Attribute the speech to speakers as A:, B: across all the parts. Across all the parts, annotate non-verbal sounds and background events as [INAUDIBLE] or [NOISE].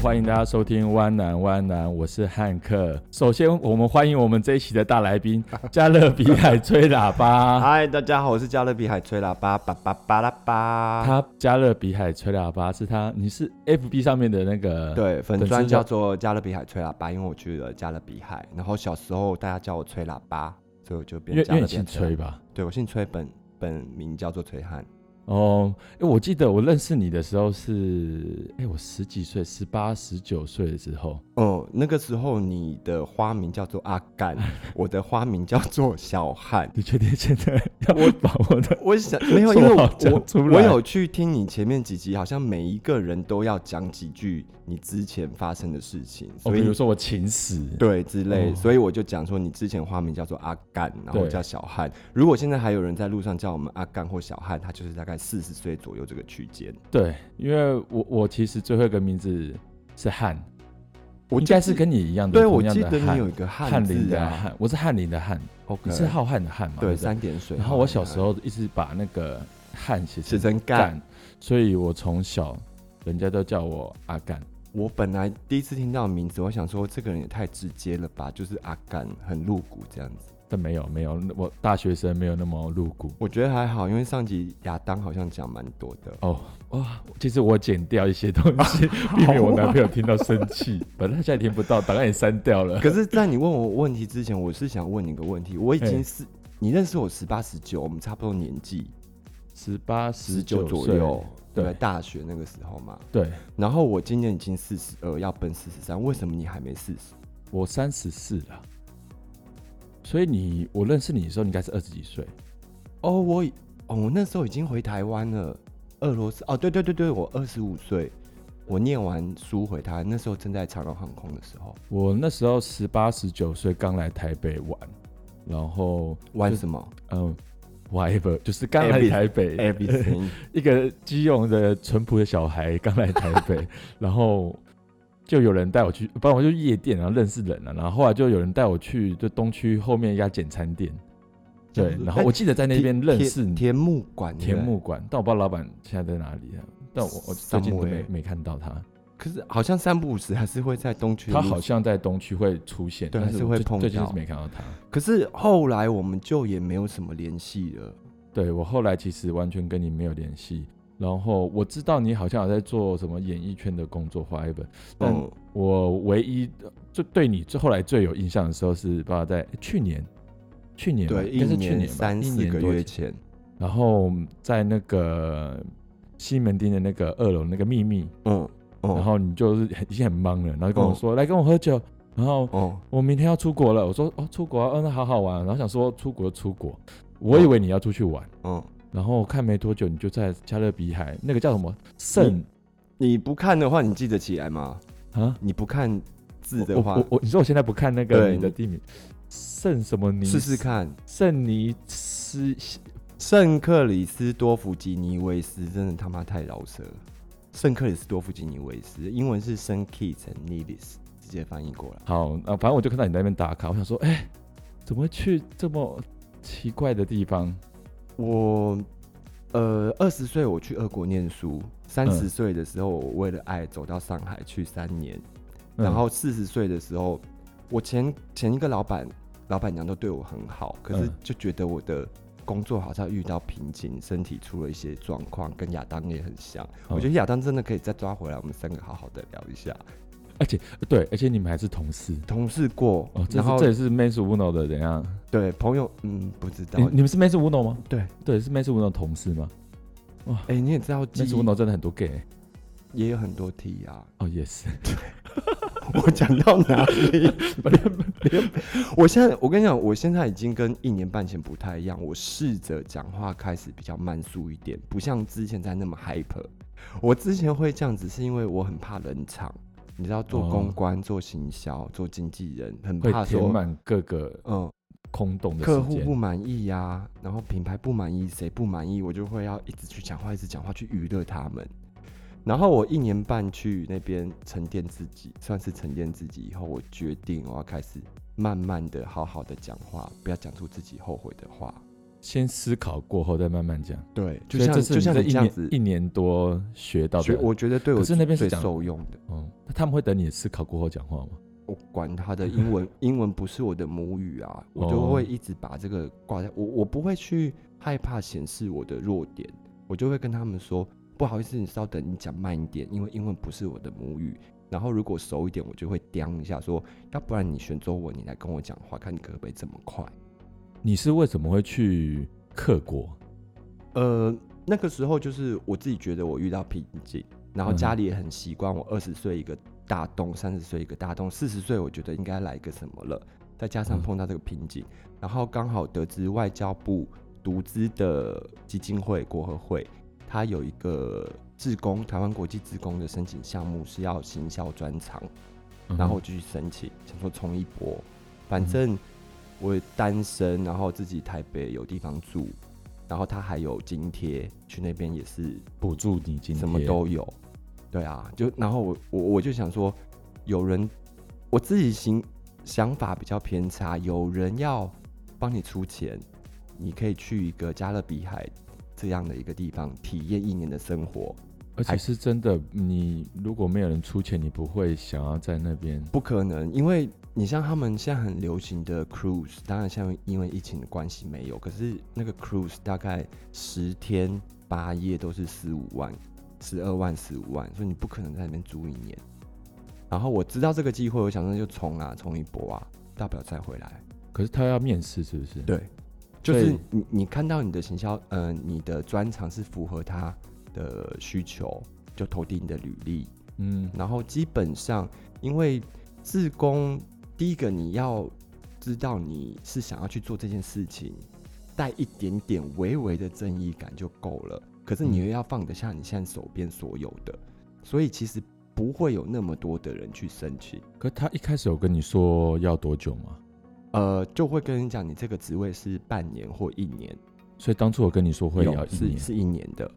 A: 欢迎大家收听《湾南湾南》，我是汉克。首先，我们欢迎我们这一期的大来
B: [LAUGHS]
A: 宾——加勒比海吹喇叭。
B: 嗨，大家好，我是加勒比海吹喇叭，叭叭叭啦叭。
A: 他加勒比海吹喇叭是他，你是 FB 上面的那个
B: 对，粉
A: 丝
B: 砖叫做加勒比海吹喇叭，因为我去了加勒比海，然后小时候大家叫我吹喇叭，所以我就
A: 因为
B: 变
A: 因
B: 加
A: 为
B: 勒
A: 你
B: 比海
A: 姓
B: 吹喇
A: 吹
B: 叭。
A: 吧？
B: 对我姓崔，本本名叫做崔汉。
A: 哦，哎，我记得我认识你的时候是，哎，我十几岁，十八、十九岁的时候，
B: 哦、那个时候你的花名叫做阿
A: [LAUGHS]
B: 干，我的花名叫做小汉。
A: 你确定现在要把我的？
B: 我想没
A: [LAUGHS]
B: 有，因为
A: 绰号
B: 我
A: 讲
B: 我
A: 出来哦
B: 我有去听你前面几集，好像每一个人都要讲几句你之前发生的事情，
A: 哦，
B: 所
A: 比
B: 以、
A: 如说我情史，
B: 对之类，
A: 哦
B: 所以我就讲说你之前花名叫做阿干，然后我
A: 对
B: 叫小汉。如果现在还有人在路上叫我们阿干或小汉，他就是大概四十岁左右这个区间。
A: 对，因为我我其实最后一个名字是汉，
B: 我
A: 应
B: 记
A: 该
B: 得
A: 是跟你一样的，
B: 对，我
A: 同样
B: 记
A: 的
B: 得
A: 汉
B: 你有一个汉
A: 翰林
B: 字
A: 的
B: 啊，
A: 翰，我是翰林的翰，
B: OK
A: 你是浩瀚的瀚嘛？
B: 对
A: 不
B: 三点水。
A: 然后我小时
B: 候
A: 候一直把那个汉写
B: 写
A: 成
B: 成干，
A: 干，所以我从小人家都叫我阿干。
B: 我本来第一次听到名字，我想说这个人也太直接了吧，就是阿干，很露骨这样子。
A: 但没有没有，我大学生没有那么露骨
B: 我觉得还好，因为上集亚当好像讲蛮多的。
A: 哦。哇，其实我剪掉一些东
B: [LAUGHS]
A: 西，避免
B: 啊
A: 我男朋友听到生气。本来他现在听不到，档案也删掉 [LAUGHS] 了。
B: 可是，在你问我问题之前，我是想问你个问题。我已
A: 嘿
B: 经是你认识我十八十九，我们差不多年纪，
A: 十八、十
B: 九
A: 九
B: 左
A: 岁
B: 右，对，
A: 对
B: 大学那个时候嘛。
A: 对，
B: 然后我今年已经四十二，要奔四十三，为什么你还没四十？
A: 我三十四了，所以你我认识你的时候，你应该是二十几岁。
B: 哦，我以哦，我那时候已经回台湾了，俄罗斯。哦，对对对对，我二十五岁，我念完书回台湾，那时候正在长荣航空的时候，
A: 我那时候十八十九岁，刚来台北玩，然后
B: 玩
A: 就
B: 什么
A: 嗯，whatever，就是刚来
B: Every-
A: 台北，
B: ？Everything。
A: [LAUGHS] 一个基隆的淳朴的小孩刚来台北，然后就有人带我去，不然我就夜店，然后认识人了、然后后来就有人带我去就东区后面一家简餐店，
B: 这样
A: 对，
B: 子
A: 然后我记得在那边认识
B: 哎田
A: 你
B: 田木馆，对
A: 田
B: 不对
A: 木馆，但我不知道老板现在在哪里啊。但我我最近都
B: 上
A: 没
B: 位
A: 没看到他，
B: 可是好像三不五时还是会在东区的
A: 他
B: 路。
A: 好像在东区会出现，
B: 对
A: 但
B: 还是
A: 我
B: 会
A: 最
B: 碰
A: 最近
B: 到
A: 是没看到他。
B: 可是后来我们就也没有什么联系了。
A: 对我后来其实完全跟你没有联系，然后我知道你好像有在做什么演艺圈的工作，whatever。但
B: 嗯，
A: 我唯一最对你最后来最有印象的时候是，不知道在去年，去年吧
B: 对，
A: 应
B: 一
A: 该是去年吧
B: 三
A: 一
B: 四
A: 年
B: 个
A: 多
B: 月
A: 前
B: 前，
A: 然后在那个西门町的那个二楼那个秘密，
B: 嗯，哦，
A: 然后你就是很已经很忙了，然后就跟我
B: 哦
A: 说、来跟我喝酒，然后
B: 哦，
A: 我明天要出国了，我说哦出国啊，哦那好好玩，然后想说出国就出国，我以为你要出去玩。
B: 嗯，
A: 然后看没多久，你就在加勒比海那个叫什么圣
B: 你不看的话，你记得起来吗？
A: 啊？
B: 你不看字
A: 我
B: 的话
A: 我，我，你说我现在不看那个
B: 对
A: 你的地名，圣什么尼？
B: 试试看。
A: 圣尼斯
B: 圣克里斯多夫吉尼维斯真的他妈太饶舌了。圣克里斯多夫吉尼维斯，英文是 Saint Kitts and Nevis，直接翻译过来。
A: 好，啊，反正我就看到你在那边打卡，我想说，哎、怎么会去这么奇怪的地方？
B: 我呃二十岁我去俄国念书，三十岁的时候我为了爱走到上海去三年，
A: 嗯
B: 然后四十岁的时候，我前前一个老板老板娘都对我很好，可是
A: 嗯
B: 就觉得我的。工作好像遇到瓶颈，身体出了一些状况，跟亚当也很像。我
A: 嗯
B: 觉得亚当真的可以再抓回来，我们三个好好的聊一下。
A: 而且对，而且你们还是同事
B: 同事过，
A: 哦，这
B: 然
A: 是
B: 后
A: 这也是 Mans Uno 的怎样？
B: 对朋友，嗯，不知道
A: 你。你们是 Mans Uno 吗？
B: 对，
A: 对，是 Mans Uno 的同事吗
B: 哎、你也知道，记
A: ？Mans
B: 忆
A: Uno 真的很多 gay 欸
B: 也有很多 T 啊。
A: 哦，也是，
B: [LAUGHS] 我讲到哪里？我现在，我跟你讲，我现在已经跟一年半前不太一样。我试着讲话开始比较慢速一点，不像之前在那么 hyper。我之前会这样子，是因为我很怕冷场。你知道，做公关、做行销、做经纪人，很
A: 哦会
B: 怕
A: 填
B: 说，
A: 满各个
B: 嗯，
A: 空洞的
B: 客
A: 时
B: 户
A: 间
B: 不。满意呀、然后品牌不满意，谁不满意，我就会要一直去讲话，一直讲话去娱乐他们。然后我一年半去那边沉淀自己，算是沉淀自己以后，我决定我要开始慢慢的、好好的讲话，不要讲出自己后悔的话。
A: 先思考过后再慢慢讲。
B: 对，
A: 所
B: 就
A: 以
B: 像
A: 这是
B: 就像
A: 你
B: 你
A: 这
B: 这
A: 一
B: 样
A: 年
B: 子
A: 一，年多学到
B: 所以
A: 的。
B: 我觉得对
A: 可
B: 我
A: 是那边是
B: 最
A: 讲
B: 受用的。
A: 嗯，那他们会等你思考过后讲话吗？
B: 我管他的英文，英文不是我的母语啊，我就
A: 哦
B: 会一直把这个挂在我，我不会去害怕显示我的弱点，我就会跟他们说，不好意思，你稍等，你讲慢一点，因为英文不是我的母语。然后如果熟一点，我就会刁一下说，要不然你选中文，你来跟我讲话，看你可不可以这么快。
A: 你是为什么会去克国？
B: 呃，那个时候就是我自己觉得我遇到瓶颈，然后家里也很习惯我二十岁一个大洞，三十岁一个大洞，四十岁我觉得应该来一个什么了，再加上
A: 嗯
B: 碰到这个瓶颈，然后刚好得知外交部独资的基金会国合会，它有一个志工台湾国际志工的申请项目是要行销专场。
A: 嗯
B: 然后我就去申请，想说冲一波，反正我单身，然后自己台北有地方住，然后他还有津贴，去那边也是
A: 补助你今天
B: 什么都有，对啊，就然后我我我就想说，有人我自己行想法比较偏差，有人要帮你出钱，你可以去一个加勒比海这样的一个地方体验一年的生活，
A: 而且
B: 还
A: 是真的，你如果没有人出钱，你不会想要在那边。
B: 不可能，因为你像他们现在很流行的 cruise，当然现在因为疫情的关系没有，可是那个 cruise 大概十天八夜都是十五万、十二万、十五万，所以你不可能在那边住一年。然后我知道这个机会，我想说就冲啊，冲一波啊，大不了再回来。
A: 可是他要面试，是不是？
B: 对，就
A: 所
B: 是
A: 以
B: 你你看到你的行销，呃，你的专长是符合他的需求，就投递你的履历，
A: 嗯，
B: 然后基本上，因为自工，第一个你要知道你是想要去做这件事情，带一点点微微的正义感就够了。可是你
A: 嗯
B: 又要放得下你现在手边所有的，所以其实不会有那么多的人去申请。
A: 可他一开始有跟你说要多久吗？
B: 呃，就会跟你讲，你这个职位是半年或一年，
A: 所以当初我跟你说会
B: 有
A: 聊一
B: 是
A: 年
B: 是一年的。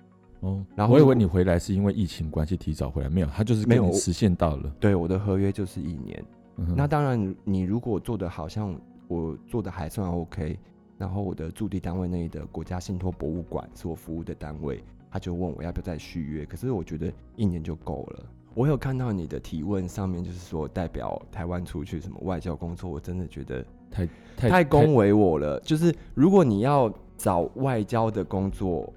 A: 哦，
B: 然后
A: 我以
B: 如
A: 为
B: 果
A: 你回来是因为疫情关系提早回来，没有，他就是
B: 没
A: 跟
B: 有
A: 你
B: 我
A: 实现到了。
B: 对，我的合约就是一年。
A: 嗯哼
B: 那当然，你如果做的好像我做的还算 OK，然后我的驻地单位那里的国家信托博物馆是我服务的单位，他就问我要不要再续约，可是我觉得一年就够了。我有看到你的提问上面就是说代表台湾出去什么外交工作，我真的觉得
A: 太
B: 太恭维我了。就是如果你要找外交的工作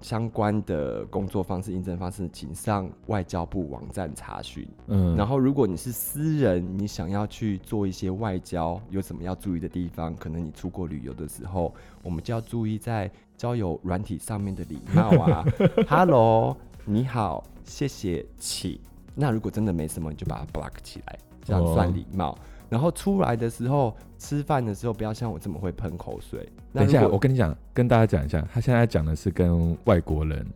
B: 相关的工作方式、应征方式，请上外交部网站查询。
A: 嗯，
B: 然后，如果你是私人，你想要去做一些外交，有什么要注意的地方？可能你出国旅游的时候，我们就要注意在交友软体上面的礼
A: [LAUGHS]
B: 貌啊。Hello，你好，谢谢，请。那如果真的没什么，你就把它 block 起来，这样算礼貌。然后出来的时候，吃饭的时候不要像我这么会喷口水。那
A: 等一
B: 如
A: 下，我
B: 果
A: 跟你讲，跟大家讲一下，他现在讲的是跟外国人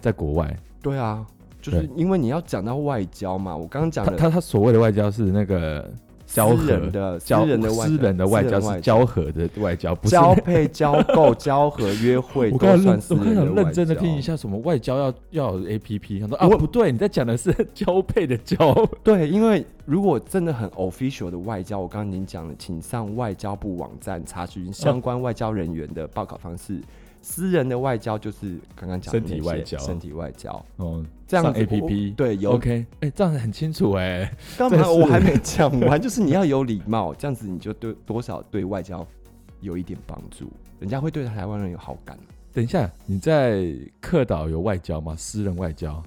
A: 在国外，
B: 对啊，就是
A: 对
B: 因为你要讲到外交嘛，我刚刚讲
A: 他
B: 的
A: 他他所谓的外交是那个交
B: 私人
A: 合
B: 的
A: 交
B: 私人的外
A: 私人的外交
B: 私人
A: 是交合的外交，不是
B: 交配、交购、交合、约
A: [LAUGHS]
B: 会，
A: 我
B: 都
A: 刚才认
B: 算，是
A: 我刚才
B: 人
A: 想
B: 的
A: 认真的
B: 外交
A: 听一。下什么外交要要有 A P P，想说啊
B: 我哦
A: 不对，你在讲的是 [LAUGHS] 交配的交，
B: 对，因为如果真的很 official 的外交，我刚刚已经讲了，请上外交部网站查询相关外交人员的报考方式。私人的外交就是刚刚讲的
A: 身体
B: 那些
A: 外交
B: 身体外交
A: 哦，
B: 这样
A: 上
B: 子
A: APP
B: 我对，有
A: OK，哎、这样很清楚哎、
B: 干
A: 这
B: 嘛？
A: 是
B: 我还没讲完，就是你要有礼貌，这样子你就对多少对外交有一点帮助，人家会对台湾人有好感。
A: 等一下，你在客岛有外交吗？私人外交？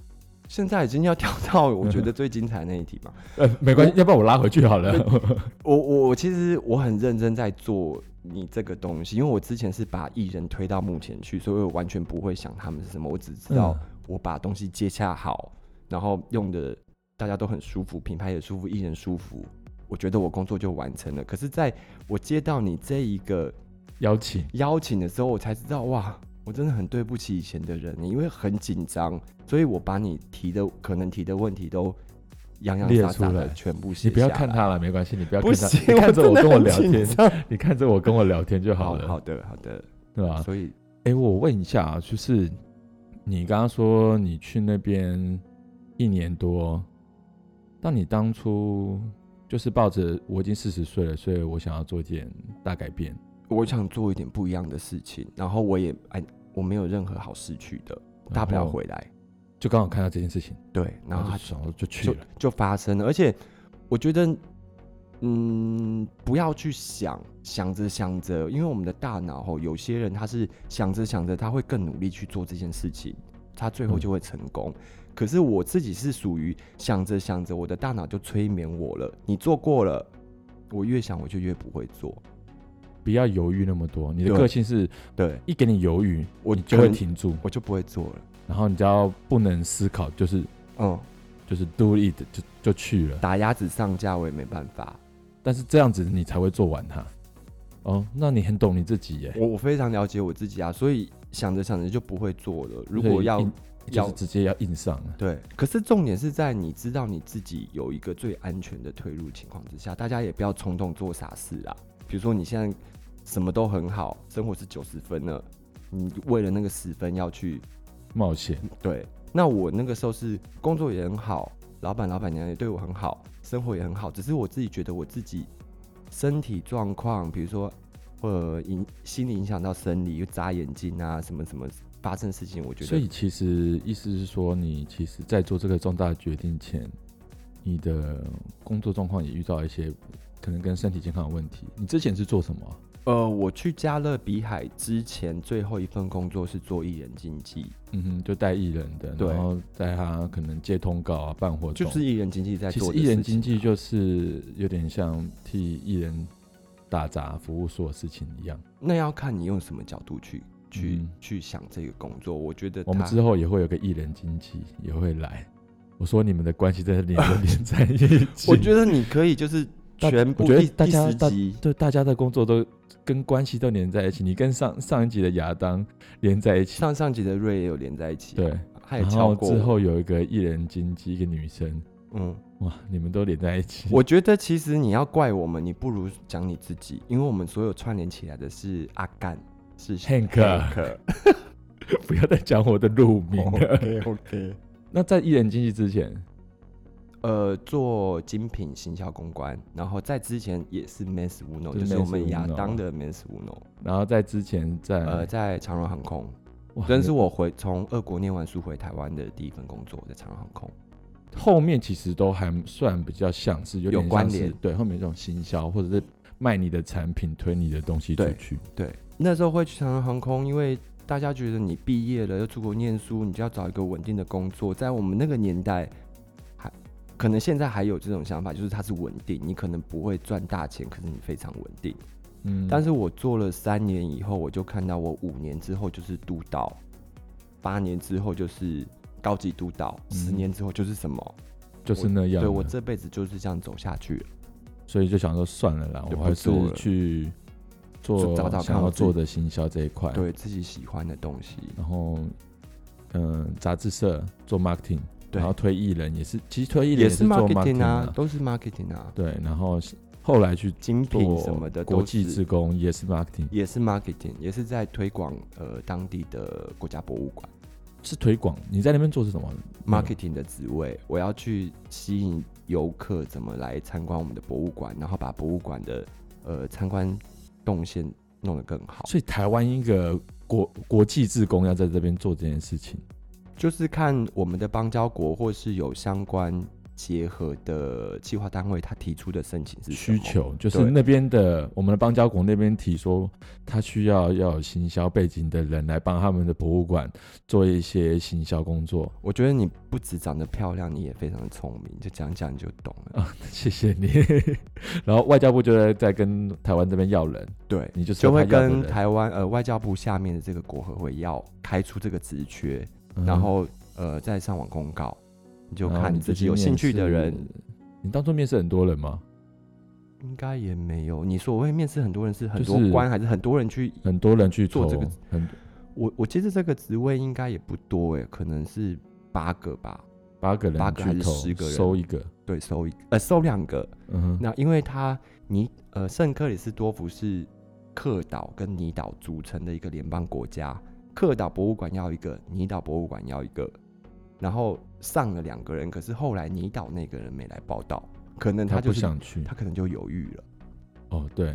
B: 现在已经要跳到我觉得最精彩的那一题嘛，
A: 呃，没关系，要不然我拉回去好了。 [LAUGHS]
B: 我我我其实我很认真在做你这个东西，因为我之前是把艺人推到幕前去，所以我完全不会想他们是什么，我只知道
A: 嗯
B: 我把东西接洽好，然后用的大家都很舒服，品牌也舒服，艺人舒服，我觉得我工作就完成了。可是，在我接到你这一个
A: 邀请，
B: 邀请的时候，我才知道哇，我真的很对不起以前的人，因为很紧张，所以我把你提的可能提的问题都洋洋
A: 列
B: 洒洒
A: 出来
B: 的全部写
A: 你不要
B: 下
A: 看
B: 来
A: 他了，没关系，你不要
B: 不
A: 看他，
B: 行，
A: [LAUGHS] 你看着我跟我聊
B: 真的很
A: 天
B: 紧，张
A: 你看着我跟我聊天就好了，
B: 好的，好的。
A: 对吧？
B: 所以
A: 哎、我问一下啊，就是你刚刚说你去那边一年多，那你当初就是抱着我已经四十岁了，所以我想要做一点大改变，
B: 我想做一点不一样的事情，然后我也哎，我没有任何好失去的，大不了
A: 然后
B: 回来。
A: 就刚好看到这件事情，
B: 对，然
A: 然
B: 后
A: 后
B: 他
A: 就想说就去
B: 就
A: 了，
B: 就发生了，而且我觉得，嗯，不要去想想着想着，因为我们的大脑吼，有些人他是想着想着，他会更努力去做这件事情，他最
A: 嗯
B: 后就会成功。可是我自己是属于想着想着，我的大脑就催眠我了，你做过了，我越想我就越不会做。
A: 不要犹豫那么多。你的
B: 对
A: 个性是
B: 对，
A: 一给你犹豫，
B: 我
A: 你就
B: 可
A: 会
B: 能
A: 停住，
B: 我就不会做了。
A: 然后你只要不能思考，就是
B: 嗯，
A: 就是 do it 就就去了。
B: 打鸭子上架我也没办法。
A: 但是这样子你才会做完它。哦，那你很懂你自己耶。
B: 我我非常了解我自己啊，所以想着想着就不会做了。如
A: 所
B: 果
A: 以
B: 要
A: 硬就是
B: 要
A: 直接要硬上啊了，
B: 对，可是重点是在你知道你自己有一个最安全的退路情况之下，大家也不要冲动做傻事啦。比如说你现在什么都很好，生活是九十分了，你为了那个十分要去
A: 冒险。
B: 对。那我那个时候是工作也很好，老板老板娘也对我很好，生活也很好，只是我自己觉得我自己身体状况，比如说呃影心理影响到生理，又眨眼睛啊什么什么发生事情，我觉得
A: 所以其实意思是说，你其实在做这个重大决定前，你的工作状况也遇到一些可能跟身体健康的问题。你之前是做什么啊、
B: 呃，我去加勒比海之前最后一份工作是做艺人经纪，
A: 嗯哼，就带艺人的，
B: 对
A: 然后带他可能接通告啊、办活动，
B: 就是艺人经纪在
A: 其
B: 做
A: 实
B: 的
A: 艺人
B: 事
A: 经
B: 情
A: 纪
B: 啊
A: 就是有点像替艺人打杂、服务所有事情一样。
B: 那要看你用什么角度去去、
A: 嗯
B: 去想这个工作。我觉得
A: 我们
B: 它
A: 之后也会有个艺人经纪也会来。我说你们的关系真的连着连在一起，
B: [LAUGHS] 我觉得你可以就是
A: 大
B: 全
A: 我
B: 部
A: 觉得
B: 第
A: 大
B: 第
A: 家
B: 十
A: 大
B: 集，
A: 对大家的工作都跟关系都连在一起，你跟上上一集的亚当连在一起，
B: 上上集的瑞也有连在一起，，啊
A: 对，
B: 他也
A: 然
B: 敲
A: 后
B: 过
A: 之
B: 我，
A: 后有一个艺人经纪，一个女生，
B: 嗯。
A: 哇，你们都连在一起，
B: 我觉得其实你要怪我们，你不如讲你自己，因为我们所有串联起来的是阿干，是
A: Hank 啊
B: Hank
A: [LAUGHS] [LAUGHS]
B: 哦
A: 不要再讲我的路名了。
B: OK OK。
A: [LAUGHS] 那在艺人经纪之前，
B: 呃，做精品行销公关，然后在之前也是 Men's Uno，
A: 就是
B: 就是我们
A: Men's
B: 亚
A: Uno 哎
B: 当的 Men's Uno，
A: 然后在之前在
B: 呃，在长荣航空，
A: 哇
B: 真是我回从俄国念完书回台湾的第一份工作，在长荣航空。
A: 后面其实都还算比较像是有点
B: 有关
A: 像是
B: 联
A: 对后面这种行销或者是卖你的产品、推你的东西出
B: 对
A: 去。
B: 对，那时候会去长荣航空，因为大家觉得你毕业了要出国念书，你就要找一个稳定的工作。在我们那个年代，还可能现在还有这种想法，就是它是稳定，你可能不会赚大钱，可是你非常稳定。
A: 嗯，
B: 但是我做了三年以后，我就看到我五年之后就是督导，八年之后就是高级督导，
A: 嗯
B: 十、年之后就是什么？
A: 就是那样
B: 对
A: 了。
B: 我这辈子就是这样走下去了。
A: 所以就想说算了啦，
B: 就
A: 我
B: 不
A: 还是
B: 做了
A: 去做
B: 就找找看
A: 想要
B: 我自己
A: 做的行销这一块。，
B: 对自己喜欢的东西，
A: 然后嗯、杂志社做 marketing，
B: 对
A: 然后推艺人也是，其实推艺人
B: 也
A: 是
B: 是
A: 做
B: marketing 啊
A: 啊，，
B: 都是 marketing 啊，
A: 对，然后后来去
B: 精品
A: 做
B: 什么的
A: 国
B: 都
A: 际
B: 是
A: 职工也是 marketing，
B: 也是 marketing，也是在推广呃当地的国家博物馆
A: 是推广。你在那边做是什么
B: 嗯 marketing 的职位，我要去吸引游客怎么来参观我们的博物馆，然后把博物馆的呃参观动线弄得更好。
A: 所以台湾一个国国际志工要在这边做这件事情，
B: 就是看我们的邦交国或是有相关结合的计划单位，他提出的申请是什
A: 需
B: 么。
A: 求就是
B: 对
A: 那边的我们的邦交国那边提说，他需要要有行销背景的人来帮他们的博物馆做一些行销工作
B: 我觉得你不只长得漂亮，你也非常的聪明，就讲讲你就懂了。
A: 啊，谢谢你。 [LAUGHS] 然后外交部就在在跟台湾这边要人，
B: 对，
A: 你就是
B: 就会
A: 他要的
B: 跟
A: 人
B: 台湾呃外交部下面的这个国合会要开出这个职缺，
A: 嗯
B: 然后呃再上网公告，你就
A: 然后
B: 看
A: 你
B: 你
A: 自
B: 自
A: 己
B: 己有兴趣的
A: 面试
B: 人，
A: 你当初面试很多人吗？
B: 应该也没有。你所谓面试很多人是很
A: 就
B: 多
A: 是
B: 官，还是很多人去？
A: 很多人去
B: 做这
A: 投
B: 个
A: 很
B: 我我记得这个职位应该也不多诶，可能是八个吧，
A: 八个人
B: 八
A: 去
B: 个还是
A: 投，
B: 10个人
A: 收一个，
B: 对，收一个呃收两个。
A: 嗯哼，
B: 那因为他尼呃圣克里斯多福是克岛跟尼岛组成的一个联邦国家，克岛博物馆要一个，尼岛博物馆要一个，然后上了两个人，可是后来尼岛那个人没来报道，可能
A: 他
B: 就
A: 不
B: 是
A: 想去
B: 他可能就犹豫了，
A: 哦，对，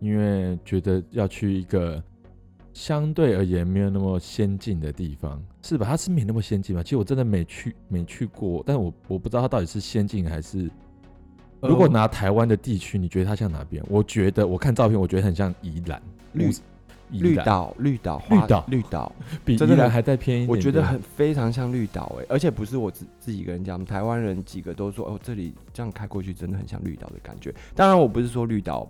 A: 因为觉得要去一个相对而言没有那么先进的地方，是吧？它是没那么先进吧？其实我真的没去没去过，但我我不知道它到底是先进还是。
B: 呃
A: 如果拿台湾的地区，你觉得它像哪边？我觉得我看照片，我觉得很像宜兰，
B: 绿
A: 宜
B: 绿
A: 兰
B: 岛，绿岛，花
A: 绿岛
B: 绿岛，
A: 比宜
B: 真的
A: 兰
B: 很
A: 还再偏一点点。
B: 我觉得很非常像绿岛哎、而且不是我自自己一个人讲，我们台湾人几个都说哦，这里这样开过去真的很像绿岛的感觉。当然，我不是说绿岛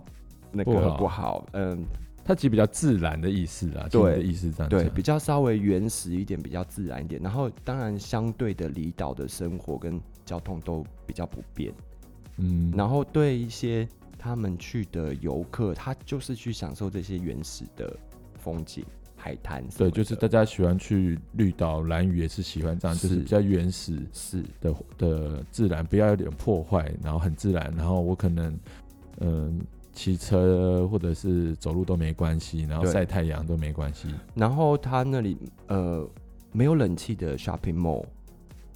B: 那个
A: 不好
B: 不好，嗯，
A: 它其实比较自然的意思啦，其实
B: 对
A: 啊的意思这样
B: 对，
A: 讲
B: 比较稍微原始一点，比较自然一点。然后，当然相对的离岛的生活跟交通都比较不便。
A: 嗯，
B: 然后对一些他们去的游客，他就是去享受这些原始的风景、海滩什
A: 对，
B: 么的。
A: 就是大家喜欢去绿岛、蓝屿也是喜欢这样，就是
B: 是
A: 比较原始
B: 是
A: 的的自然，不要有点破坏，然后很自然。然后我可能嗯骑车或者是走路都没关系，然后
B: 对
A: 晒太阳都没关系。
B: 然后它那里呃没有冷气的 shopping mall，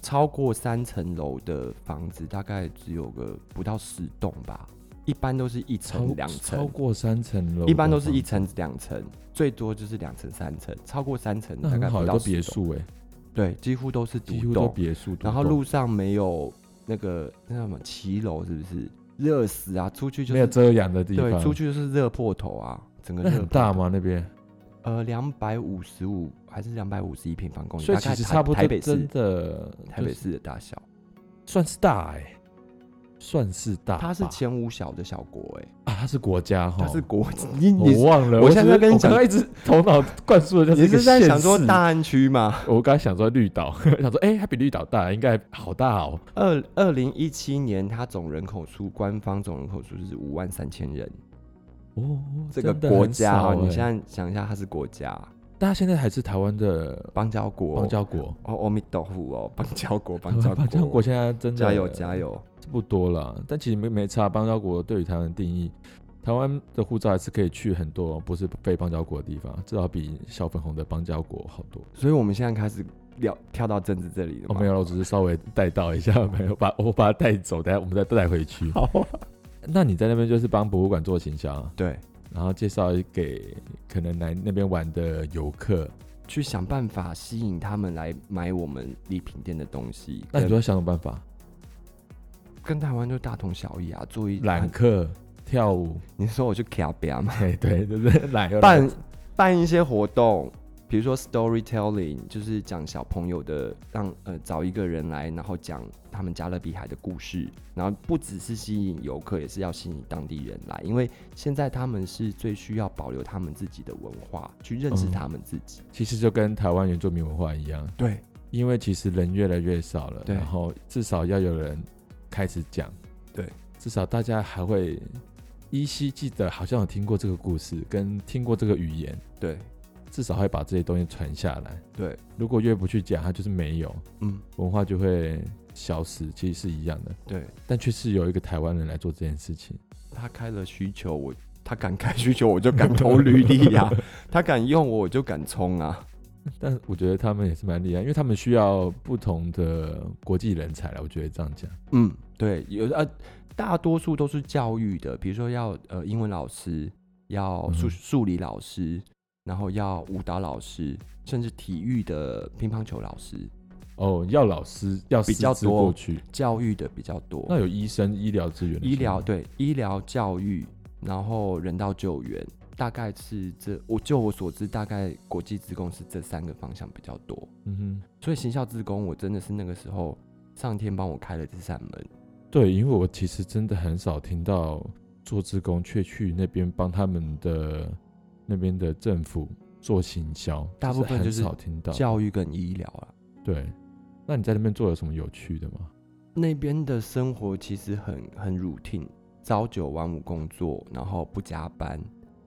B: 超过三层楼的房子大概只有个不到十栋吧，一般都是一
A: 超
B: 层两
A: 超
B: 层，
A: 过三层楼，
B: 一般都是一，层两层，最多就是两层三层，超过三层
A: 那
B: 大概
A: 很好，
B: 不
A: 都
B: 到
A: 别
B: 10栋，
A: 墅哎、欸
B: 对，几乎都是独
A: 几乎都
B: 栋，
A: 别墅。
B: 然后路上没有那个那叫什么骑楼是不是？热死啊！出去就
A: 没有
B: 是
A: 遮阳的地
B: 对，
A: 方，
B: 出去就是热破头啊，整个
A: 那
B: 热
A: 很
B: 破
A: 大
B: 头？
A: 吗？那边？
B: 呃，两百五十五还是两百五十一平方公里，
A: 所以
B: 大
A: 其
B: 概
A: 实
B: 台
A: 差不
B: 台
A: 多，
B: 北
A: 真
B: 市
A: 的
B: 台
A: 就
B: 北
A: 是
B: 市的大小，
A: 算是大哎、算是大吧。
B: 它是前五小的小国哎、
A: 啊，它是国家哈，
B: 它是国， [LAUGHS] 你
A: 我
B: 你
A: 忘了。
B: 我现在
A: 只是
B: 跟你
A: 我刚
B: 讲
A: 刚一直头脑灌输哦的就是
B: 你
A: 一个
B: 是在
A: 县
B: 想说
A: 市
B: 大，安区吗？
A: 我刚才想说绿岛， [LAUGHS] 想说哎、它比绿岛大，应该好大哦。
B: 二二零一七年它总人口数官方总人口数是五万三千人，
A: 哦，
B: 这个
A: 真的
B: 国
A: 很
B: 家
A: 少
B: 哦，你
A: 欸
B: 现在想一下它是国家，
A: 大家现在还是台湾的
B: 邦交国，
A: 邦交国，
B: 哦，阿弥陀佛哦，邦
A: [LAUGHS]
B: 交国，
A: 邦
B: 邦交
A: 邦交国现在真的
B: 加油加油！
A: 不多了，但其实没没差。邦交国对于台湾的定义，台湾的护照还是可以去很多不是非邦交国的地方，至少比小粉红的邦交国好多。
B: 所以我们现在开始聊跳到政治这里了
A: 哦，
B: 吗？
A: 没有哦了，我只是稍微带到一下，没有把我把它带走，等下我们再带回去。
B: 好啊，
A: 那你在那边就是帮博物馆做行销，啊
B: 对，
A: 然后介绍给可能来那边玩的游客。
B: 去想办法吸引他们来买我们礼品店的东西。
A: 那你都
B: 跟
A: 要想什么办法？
B: 跟台湾就大同小异啊，做一
A: 揽客、跳 [LAUGHS] 舞，
B: [LAUGHS] 你说我去 K B 嘛，
A: 对对，就是揽又
B: 办
A: 揽
B: [LAUGHS] 办一些活动。比如说 storytelling，就是讲小朋友的，让呃找一个人来，然后讲他们加勒比海的故事，然后不只是吸引游客，也是要吸引当地人来，因为现在他们是最需要保留他们自己的文化，去认识
A: 嗯
B: 他们自己。
A: 其实就跟台湾原住民文化一样，
B: 对，
A: 因为其实人越来越少了，
B: 对
A: 然后至少要有人开始讲，
B: 对，
A: 至少大家还会依稀记得，好像有听过这个故事，跟听过这个语言，
B: 对
A: 至少会把这些东西传下来。
B: 对，
A: 如果越不去讲，它就是没有
B: 嗯，
A: 文化就会消失，其实是一样的，
B: 对
A: 但却是有一个台湾人来做这件事情。
B: 他开了需求，我他敢开需求，我就敢投履历
A: [LAUGHS]
B: 呀、他敢用我，我就敢冲啊。
A: 但我觉得他们也是蛮厉害，因为他们需要不同的国际人才了。我觉得这样讲，
B: 嗯，对，有呃，大多数都是教育的，比如说要呃英文老师，要数
A: 嗯
B: 数理老师，然后要舞蹈老师，甚至体育的乒乓球老师，
A: 哦，要老师要
B: 比较
A: 师资
B: 多
A: 过去，
B: 教育的比较多。
A: 那有医生、医疗资源的
B: 医
A: 需要
B: 疗对医疗教育，然后人道救援，大概是这我就我所知，大概国际职工是这三个方向比较多。
A: 嗯
B: 所以行孝自工，我真的是那个时候上天帮我开了这扇门。
A: 哼，对，因为我其实真的很少听到做志工却去那边帮他们的那边的政府做行销，
B: 大部分
A: 很
B: 就是
A: 少听到
B: 教育跟医疗啊，
A: 对。那你在那边做有什么有趣的吗？
B: 那边的生活其实很很 routine，朝九晚五工作，然后不加班。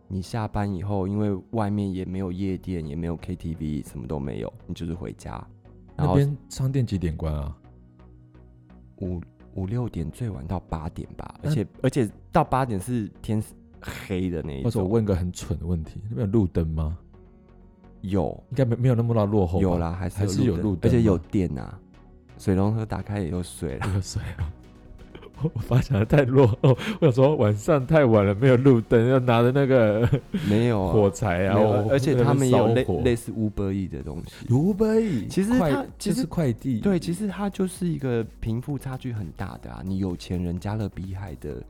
B: 你下班以后，因为外面也没有夜店，也没有 KTV，什么都没有，你就是回家，然
A: 那
B: 后
A: 边商店几点关啊？
B: 五五六点最晚到八点吧，
A: 那
B: 而且而且到八点是天黑的那一
A: 或者我
B: 种。
A: 问个很蠢的问题，那边有路灯吗？
B: 有
A: 应该没没有那么到落后吧。
B: 有啦，还是
A: 还是有路
B: 而
A: 灯
B: 且有
A: 吗
B: 电啊，水龙头打开也有水啦。
A: 有水啊！ [LAUGHS] 我发想的太落后，我想说晚上太晚了，没有路灯，要拿着那
B: [LAUGHS]
A: 个
B: 没有啊，
A: 火柴啊，
B: 没有
A: 我
B: 而且
A: 在那
B: 他
A: 边
B: 们也有
A: 烧
B: 类
A: 火
B: 类似 Uber E 的东西。
A: 有呗，
B: 其实
A: 快
B: 它其
A: 就是
B: 实
A: 快递，
B: 对，其实它就是一个贫富差距很大的啊，你有钱人加勒比海的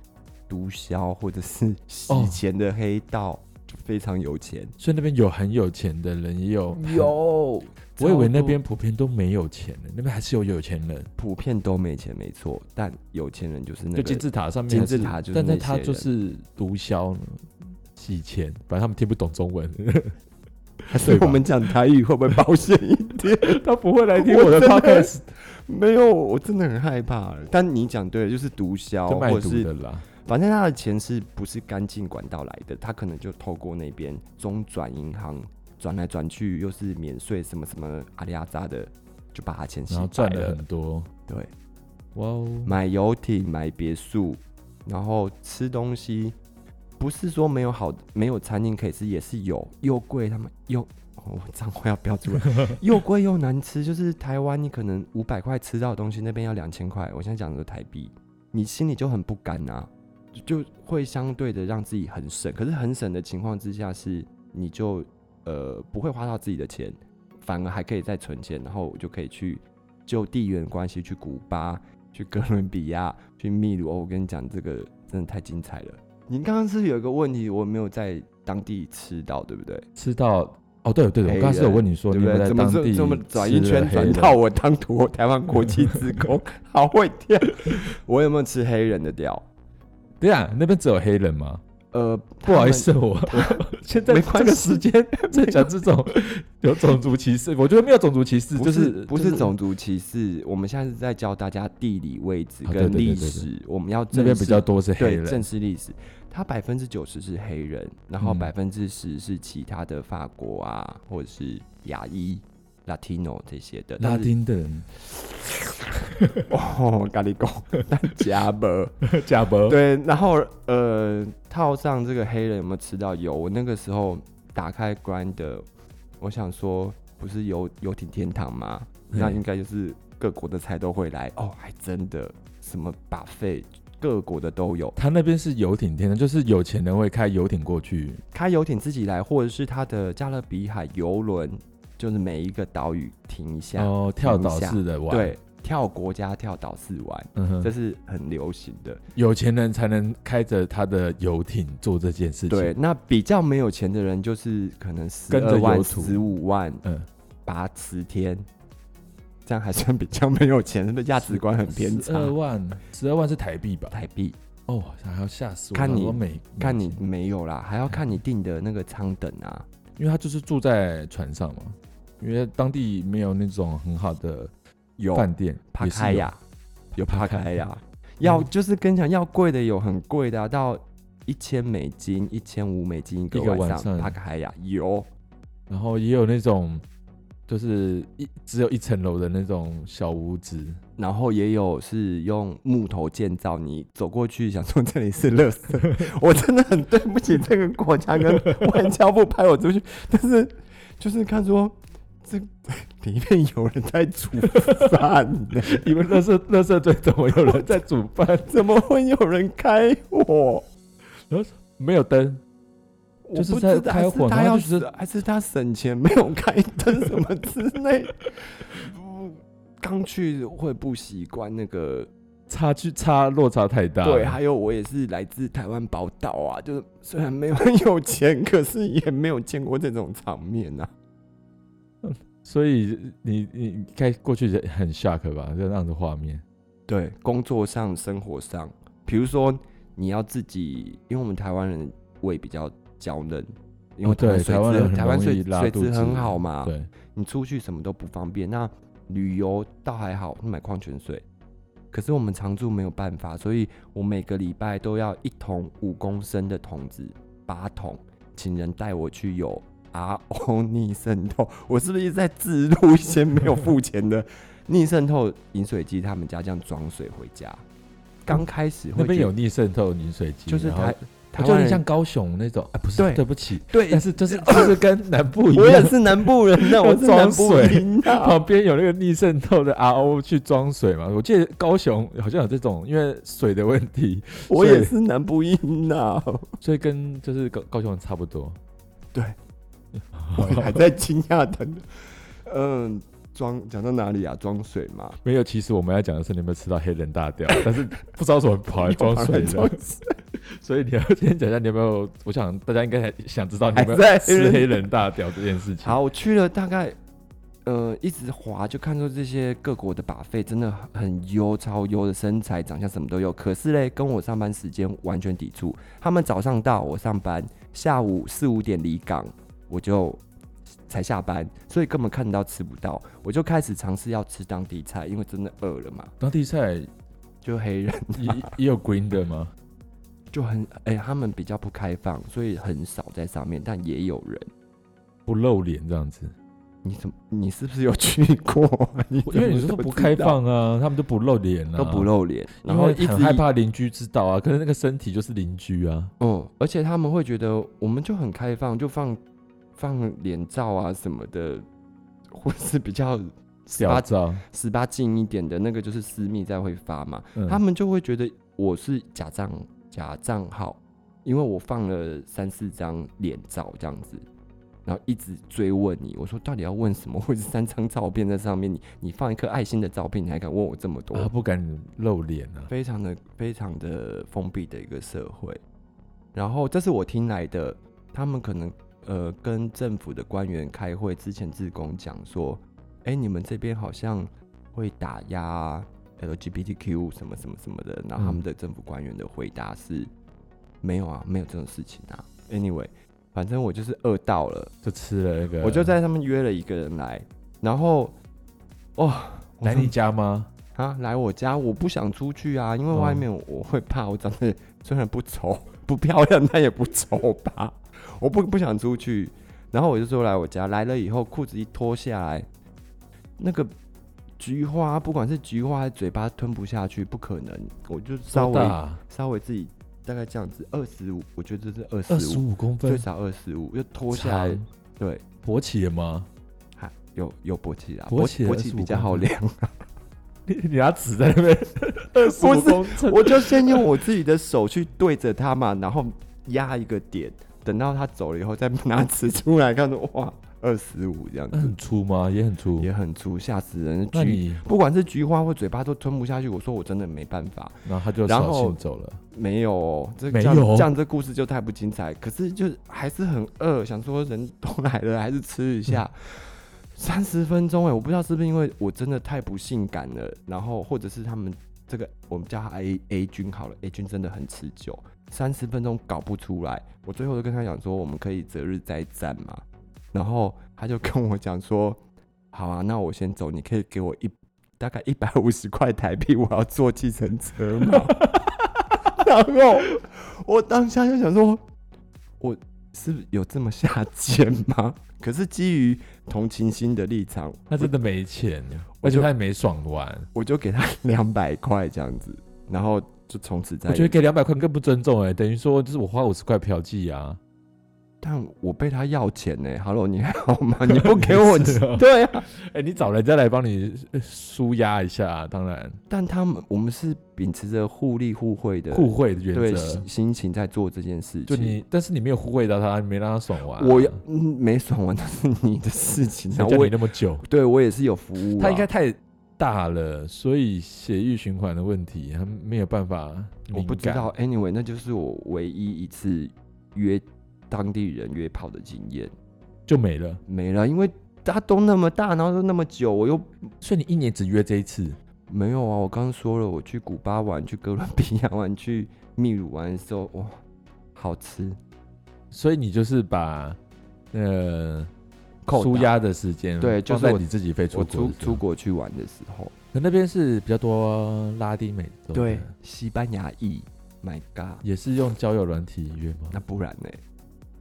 B: 毒枭或者是洗
A: 哦
B: 钱的黑道、就非常有钱。
A: 所以那边有很有钱的人，也有很，
B: 有，
A: 哦我以为那边普遍都没有钱的，那边还是有有钱人，
B: 普遍都没钱，没错，但有钱人就是那
A: 就
B: 个
A: 金字塔上面
B: 金
A: 还是
B: 字塔就是
A: 但是
B: 那
A: 他
B: 些
A: 就
B: 人
A: 是毒枭呢洗钱，反正他们听不懂中文， [LAUGHS]
B: 还是
A: 对吧
B: 我们讲台语会不会保险一点？ [LAUGHS]
A: 他不会来听
B: 我
A: 我的
B: 真的
A: podcast，
B: 没有，我真的很害怕。但你讲对了，就是毒枭
A: 就卖
B: 哦或者
A: 毒
B: 是
A: 的啦，
B: 反正他的钱是不是干净管道来的？他可能就透过那边中转银行转来转去，又是免税什么什么阿里阿扎的，就把他钱洗
A: 然后
B: 白
A: 赚了
B: 了
A: 很。多，
B: 对，
A: 哇哦，
B: 买游艇、买别墅，然后吃东西，不是说没有好没有餐厅可以吃，也是有，又贵，他们又。哦我脏话要飙出来，又贵又难吃，就是台湾你可能五百块吃到的东西，那边要两千块。我现在讲的是台币，你心里就很不甘啊，就就会相对的让自己很省。可是很省的情况之下是，你就呃不会花到自己的钱，反而还可以再存钱，然后我就可以去就地缘关系去古巴、去哥伦比亚、去秘鲁。哦，我跟你讲，这个真的太精彩了。你刚刚是不是有一个问题，我没有在当地吃到，对不对？
A: 吃到哦，对对，我
B: 黑
A: 刚刚是有
B: 人
A: 问你说，
B: 对
A: 你
B: 不
A: 有没
B: 对？
A: 有在
B: 怎么
A: 当
B: 这
A: 地
B: 这么转一
A: 吃
B: 圈
A: 黑
B: 转
A: 人
B: 到我当土台湾国际职
A: [LAUGHS]
B: 工，好会跳。我有没有吃黑人的屌？
A: 对啊，那边只有黑人吗？
B: 呃，
A: 不好意思，我现在
B: 没关
A: 这个时间在讲这种 [LAUGHS] 有种族歧视，我觉得没有种族歧视，
B: 他们，
A: 就
B: 不
A: 是
B: 是不
A: 就是
B: 种族歧视，我们现在是在教大家地理位置
A: 啊对对
B: 跟
A: 对
B: 历
A: 对对
B: 史，我们要
A: 那边
B: 正
A: 比
B: 视
A: 较多是黑
B: 对，正
A: 人，
B: 式历史，它百分之九十是黑人，然后
A: 嗯
B: 百分之十是其他的法国啊，或者是亚裔、Latino 这些的。
A: 拉
B: 但是
A: 丁的
B: [LAUGHS]
A: 人
B: 哦，咖喱
A: [LAUGHS]
B: 狗，但加
A: 哦
B: 伯
A: 假伯，
B: 对，然后呃，套上这个黑人有没有吃到？有，我那个时候打开 Grind，我想说，不是游游艇天堂吗？那应该就是各国的菜都会来哦，还真的，什么把费各国的都有。
A: 他那边是游艇天堂，就是有钱人会开游艇过去，
B: 开游艇自己来，或者是他的加勒比海游轮，就是每一个岛屿停一下，
A: 然后哦跳岛
B: 一下
A: 式的玩，，
B: 对，跳国家跳岛四玩，
A: 嗯
B: 这
A: 哼，
B: 是很流行的。
A: 有钱人才能开着他的游艇做这件事情，
B: 对，，那比较没有钱的人，就是可能十
A: 跟着
B: 二
A: 游
B: 万、
A: 途
B: 十五万，
A: 嗯，
B: 八十天，这样还算比较没有钱，的价值观很偏
A: 十
B: 差。
A: 二万，十二万是台币吧？
B: 台币，
A: 哦，还要吓死我！
B: 看你
A: 我美，
B: 看你
A: 美金
B: 没有啦，还要看你订的那个舱等啊。
A: 因为他就是住在船上嘛，因为当地没有那种很好的
B: 有
A: 饭店，
B: 帕
A: 也是
B: 开
A: 有，
B: 呀，有帕开呀，
A: 嗯
B: 要就是跟你讲，要贵的有很贵的、啊，到一千美金、一千五美金一个
A: 一个
B: 晚
A: 晚上
B: 帕开呀有，
A: 然后也有那种就是一只有一层楼的那种小屋子，
B: 然后也有是用木头建造，你走过去想说这里是垃
A: [LAUGHS]
B: 圾，我真的很对不起这个国家跟外交部派我出去，但是就是看说这 [LAUGHS] 里面有人在煮饭呢、
A: 你们乐色乐色队怎么有人在煮饭？
B: [LAUGHS] 怎么会有人开火？
A: 没有灯，
B: 我
A: 就是
B: 不
A: 在
B: 知道
A: 开
B: 还是
A: 火
B: 他
A: 然后
B: 要
A: 就是
B: 省还是他省钱没有开灯什么之类。嗯刚去会不习惯那个，
A: 差距差落差太大了。
B: 对，还有我也是来自台湾宝岛啊，就是虽然没有很有钱，可是也没有见过这种场面啊。
A: 所以你你你开过去就很 shock 吧？就那样的画面，
B: 对，工作上、生活上，比如说你要自己，因为我们台湾人胃比较娇嫩，因为
A: 哦对
B: 水
A: 台湾
B: 质
A: 人
B: 很
A: 很
B: 台湾
A: 容
B: 水
A: 易拉
B: 水
A: 肚
B: 质很
A: 子
B: 好嘛，
A: 对，
B: 你出去什么都不方便。那旅游倒还好，买矿泉水。可是我们常住没有办法，所以我每个礼拜都要一桶五公升的桶子，八桶，请人带我去有 R O 逆渗透。我是不是一直在自录一些没有付钱的逆渗透饮水机？他们家这样装水回家，刚开始会
A: 那边
B: 觉
A: 有逆渗透饮水机，
B: 就是
A: 然后
B: 台
A: 我
B: 台
A: 就
B: 湾
A: 很
B: 人
A: 像高雄那种，哎，不是，
B: 对
A: 对不起，
B: 对
A: 但是就是就是跟南部一
B: 我也
A: 样，
B: 是南部人 [LAUGHS] 呐，我是南部人呐。
A: 旁边有那个逆渗透的 RO 去装水嘛。我记得高雄好像有这种，因为水的问题，
B: 我也是南部音呐。
A: 所以跟就是高高雄差不多。
B: 对，我还 [LAUGHS] 在惊讶的。嗯，装讲到哪里啊？装水嘛，
A: 没有，其实我们要讲的是你有没有吃到黑人大调，但是不知道怎么 [LAUGHS] 跑来装水
B: [LAUGHS] 装
A: 的， [LAUGHS] 所以你要先讲一下你有没有？我想大家应该还想知道你有没有 [LAUGHS]
B: 还在
A: 吃黑人大调这件事 [LAUGHS] 情。
B: 好，我去了大概，呃，一直滑就看出这些各国的把费真的很优，超优的身材、长相什么都有。可是嘞，跟我上班时间完全抵触。他们早上到我上班，下午四五点离港，我就才下班，所以根本看得到吃不到。我就开始尝试要吃当地菜，因为真的饿了嘛，
A: 当地菜也 [LAUGHS]
B: 就黑 [LAUGHS] 人
A: 也有 green 的吗？
B: 就很哎、他们比较不开放，所以很少在上面，但也有人。
A: 不露脸这样子，
B: 你怎么？你是不是有去过？ [LAUGHS] 你
A: 因为
B: 怎么
A: 你说
B: 会
A: 不
B: 知
A: 开
B: 道
A: 放啊，他们都不露脸啊，
B: 都不，露脸，然
A: 然
B: 后
A: 后
B: 一直
A: 很害。怕邻居知道啊。可是那个身体就是邻居啊，
B: 嗯，而且他们会觉得我们就很开放，就放放脸照啊什么的，或是比较十
A: 屌
B: 八
A: 照。
B: 十八禁一点的那个，就是私密在会发嘛，
A: 嗯
B: 他们就会觉得我是假账假账号，因为我放了三四张脸照这样子。然后一直追问你，我说到底要问什么？或者是三张照片在上面，你你放一颗爱心的照片，你还敢问我这么多？
A: 啊不敢露脸啊，
B: 非常的非常的封闭的一个社会。然后这是我听来的，他们可能呃跟政府的官员开会之前，志工讲说，哎，你们这边好像会打压 LGBTQ 什么什么什么的，然后他们的政府官员的回答是，没有啊，没有这种事情啊。Anyway，反正我就是饿到了，
A: 就吃了那个。
B: 我就在他们约了一个人来，然后哦，我
A: 来你家吗？
B: 啊，来我家，我不想出去啊，因为
A: 哦
B: 外面我我会怕，我长得 [LAUGHS] 虽然不丑， [LAUGHS] 不漂亮，但也不丑吧， [LAUGHS] 我不不想出去。然后我就说来我家，来了以后裤子一脱下来，那个菊花，不管是菊花还是嘴巴吞不下去，不可能，我就稍
A: 多大
B: 微
A: 啊
B: 稍微自己大概这样子，二十五，我觉得这是二
A: 二
B: 十
A: 十
B: 五，
A: 五公
B: 最
A: 分，
B: 少二十五，就脱下来
A: 长，
B: 对，
A: 勃起了吗？ [LAUGHS]
B: 还有有勃起啦，
A: 勃
B: 勃
A: 起
B: 勃
A: 25
B: 起比较
A: 公
B: 好
A: 分
B: 量。
A: 你你拿纸在那
B: [LAUGHS]
A: 边，二十
B: 不
A: 五
B: 是
A: [LAUGHS] 公分，
B: 我就先用我自己的手去对着它嘛，然后压一个点，等到它走了以后再拿尺出来看，哇，二十五这样
A: 那
B: 子，
A: 很粗吗？也很粗。
B: 也很粗，吓死人。
A: 嗯那
B: 菊，
A: 你，
B: 不管是菊花或嘴巴都吞不下去，我说我真的没办法，
A: 然后他就
B: 然
A: 扫
B: 后
A: 兴走了。
B: 没有、哦，这
A: 没
B: 这样
A: 有
B: 这样这故事就太不精彩。可是就还是很饿，想说人都来了，还是吃一下。
A: 嗯
B: 三十分钟哎、我不知道是不是因为我真的太不性感了，然后或者是他们这个我们叫他 A A 君好了，A 君真的很持久，三十分钟搞不出来。我最后就跟他讲说，我们可以择日再战嘛。然后他就跟我讲说，好啊，那我先走，你可以给我一大概一百五十块台币，我要坐计程车嘛。然后我当下就想说，我是不是有这么下贱吗？ [LAUGHS] 可是基于同情心的立场，
A: 他真的没钱，
B: 我
A: 而
B: 就
A: 且他也没爽完。
B: 我就给他 [LAUGHS] 两百块这样子，然后就从此再
A: 我
B: 也。
A: 觉得给两百块更不尊重哎、等于说就是我花五十块嫖妓啊。
B: 但我被他要钱呢、哈 h e l l o 你还好吗？ [LAUGHS] 你不给我
A: 是哦
B: 对啊，
A: [LAUGHS] 哎、你找人家来帮你呃舒压一下、啊当然
B: 但他们我们是秉持着互利互惠的
A: 互惠的
B: 对
A: 原则
B: 心。心情在做这件事情。
A: 就你，但是你没有互惠到他，你没让他爽完、啊
B: 我要、嗯、没爽完，那是你的事情啊。
A: 谁叫
B: 我
A: 你
B: 也
A: 那么久？
B: 对我也是有服务啊、
A: 他应该太大了，所以血液循环的问题，他没有办法敏感。
B: 我不知道。Anyway，那就是我唯一一次约当地人约炮的经验
A: 就没了。
B: 没了，因为他都那么大，然后都那么久，我又
A: 所以你一年只约这一次，
B: 没有啊。我刚刚说了，我去古巴玩，去哥伦比亚玩，去秘鲁玩的时候，哇，好吃，
A: 所以你就是把呃
B: 扣打
A: 舒压的时间
B: 对就是
A: 放在
B: 我
A: 你自己飞出
B: 我
A: 国的
B: 出
A: 时候
B: 出国去玩的时候，
A: 可那边是比较多拉丁美洲的，
B: 对，西班牙裔，My God，
A: 也是用交友软体约吗？
B: 那不然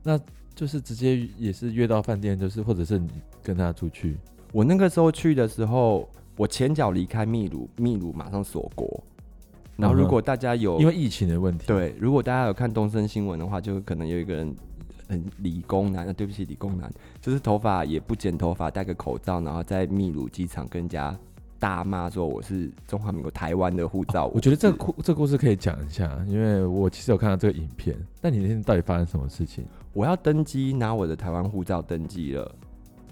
B: 呢？
A: 就是直接也是约到饭店，就是或者是你跟他出去，
B: 我那个时候去的时候，我前脚离开秘鲁，秘鲁马上锁国，然后
A: 嗯
B: 如
A: 哼
B: 果大家有
A: 因为疫情的问题，，
B: 哦对，如果大家有看东森新闻的话，就可能有一个人很理工男，啊，对不起，理工男，就是头发也不剪头发，戴个口罩，然后在秘鲁机场跟人家大骂说我是中华民国台湾的护照、
A: 啊我觉得这个
B: 是
A: 故这个故事可以讲一下，因为我其实有看到这个影片。但你那天到底发生什么事情？
B: 我要登机拿我的台湾护照登机了，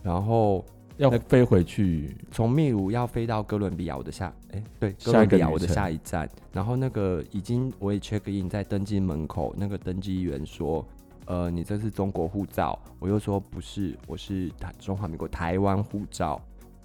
B: 然后
A: 要
B: 那
A: 飞回去
B: 从秘鲁要飞到哥伦比亚，我的下哎、对，
A: 下一
B: 哥伦
A: 个
B: 比亚
A: 旅
B: 我的
A: 程
B: 下一站。然后那个已经我也 check in 在登机门口，那个登机员说，呃，你这是中国护照，我又说不是，我是台中华民国台湾护照。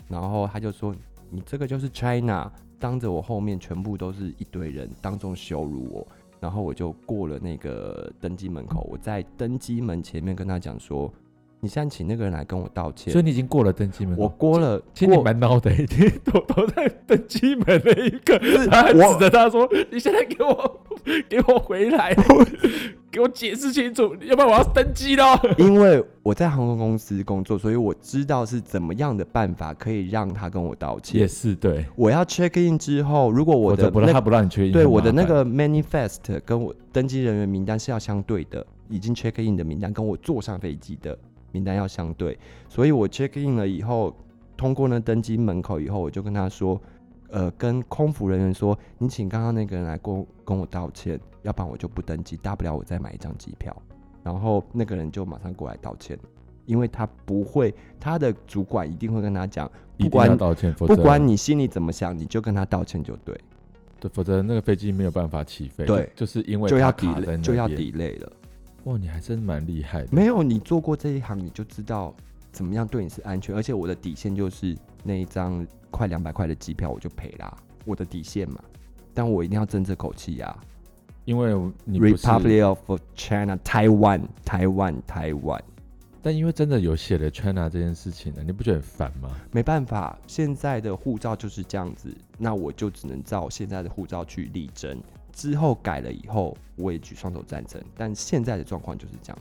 B: 然后他就说，你这个就是 China，当着我后面全部都是一堆人，当众羞辱我。然后我就过了那个登机门口，我在登机门前面跟他讲说，你现在请那个人来跟我道歉
A: 所以。你已经过了登机门了。
B: 我过了，
A: 其实你
B: 过
A: 蛮孬的， [LAUGHS] 你躲躲在登机门的一个，
B: 是
A: 他还
B: 我
A: 指着他说：“你现在给我 [LAUGHS] 给我回来，给我解释清楚，要不然我要登机了。
B: 因为我在航空公司工作，所以我知道是怎么样的办法可以让他跟我道”歉。
A: 也是对，
B: 我要 check in 之后，如果我
A: 否则
B: 的
A: 不让
B: 那
A: 他不让你去，
B: 对我的那个 manifest 跟我登机人员名单是要相对的，已经 check in 的名单跟我坐上飞机的名单要相对，所以我 check in 了以后，通过那登机门口以后，我就跟他说，呃，跟空服人员说，你请刚刚那个人来跟我跟我道歉，要不然我就不登机，大不了我再买一张机票。然后那个人就马上过来道歉，因为他不会，他的主管一定会跟他讲，
A: 一
B: 不
A: 定要
B: 管
A: 道歉，否
B: 不
A: 则
B: 管你心里怎么想，你就跟他道歉就对。
A: 对，否则那个飞机没有办法起飞，
B: 对
A: 就是因为
B: 就要
A: 他卡在
B: delay
A: 那
B: 就要
A: 边
B: delay 了。
A: 哇，你还真蛮厉害的，
B: 没有你做过这一行，你就知道怎么样对你是安全。而且我的底线就是那一张快两百块的机票我就赔啦，我的底线嘛。但我一定要争这口气呀、
A: 因为你不是
B: Republic of China，台湾，台湾，台湾。
A: 但因为真的有写了 China 这件事情呢，你不觉得很烦吗？
B: 没办法，现在的护照就是这样子，那我就只能照现在的护照去力争。之后改了以后，我也举双手赞成。但现在的状况就是这样。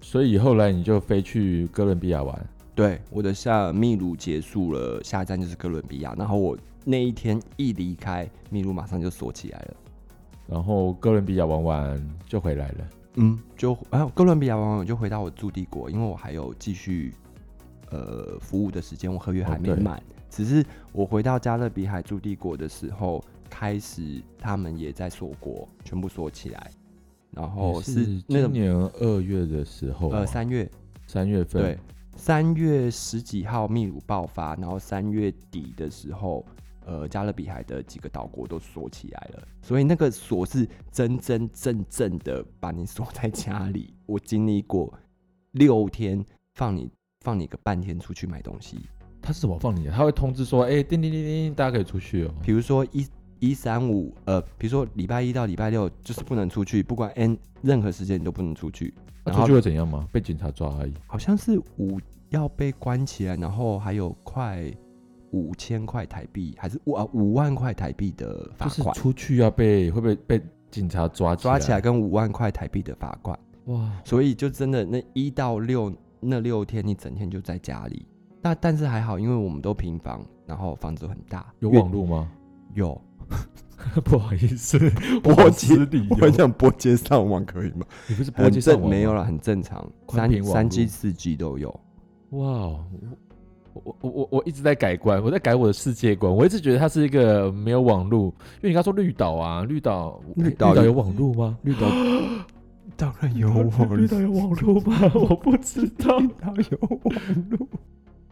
A: 所以后来你就飞去哥伦比亚玩，
B: 对，我的下秘鲁结束了，下一站就是哥伦比亚。然后我那一天一离开秘鲁，马上就锁起来了。
A: 然后哥伦比亚玩完就回来了。
B: 嗯，就啊，哥伦比亚完完我就回到我驻地国，因为我还有继续呃服务的时间，我合约还没
A: 哦对
B: 满。只是我回到加勒比海驻地国的时候，开始他们也在锁国，全部锁起来。然后
A: 也
B: 哦是那
A: 今
B: 个
A: 年二月的时候啊，
B: 呃三月
A: 三月份，
B: 对，三月十几号秘鲁爆发，然后三月底的时候，呃，加勒比海的几个岛国都锁起来了，所以那个锁是真真正正的把你锁在家里。 [LAUGHS] 我经历过六天，放你放你个半天出去买东西，
A: 他是怎么放你的？他会通知说，哎、叮叮叮叮，大家可以出去哦。
B: 比如说一。一三五，呃，比如说礼拜一到礼拜六就是不能出去，不管 n 任何时间你都不能出去。
A: 那
B: 然
A: 出
B: 后
A: 去会怎样吗？被警察抓而已。
B: 好像是五要被关起来，然后还有快五千块台币，还是五啊五万块台币的罚
A: 就是
B: 款，
A: 出去要被会不会被警察抓起
B: 抓起来？跟五万块台币的罚款，
A: 哇，
B: 所以就真的那一到六那六天，你整天就在家里。那但是还好，因为我们都平房，然后房子很大，
A: 有
B: 越
A: 网络
B: [LAUGHS]
A: 吗？
B: 有，
A: 不好意 [LAUGHS] 思，
B: 我
A: 好
B: 记
A: 失礼哦
B: 想拨接上网可以吗？
A: 你不是
B: 很
A: 波接上网
B: 正
A: 吗
B: 没有？了，很正常，
A: 宽频
B: 三
A: 网
B: 三
A: 络
B: G 四 G 都有。
A: 哇哦，我我我我一直在改观，我在改我的世界观。我一直觉得它是一个没有网络，因为你刚说绿岛啊，绿岛
B: 绿
A: 哎
B: 岛
A: 绿岛
B: 有
A: 有网络吗？
B: 绿岛 [GASPS] 当然有
A: [LAUGHS] 绿岛有网络吗？ [LAUGHS] 我不知道，
B: 岛有网络。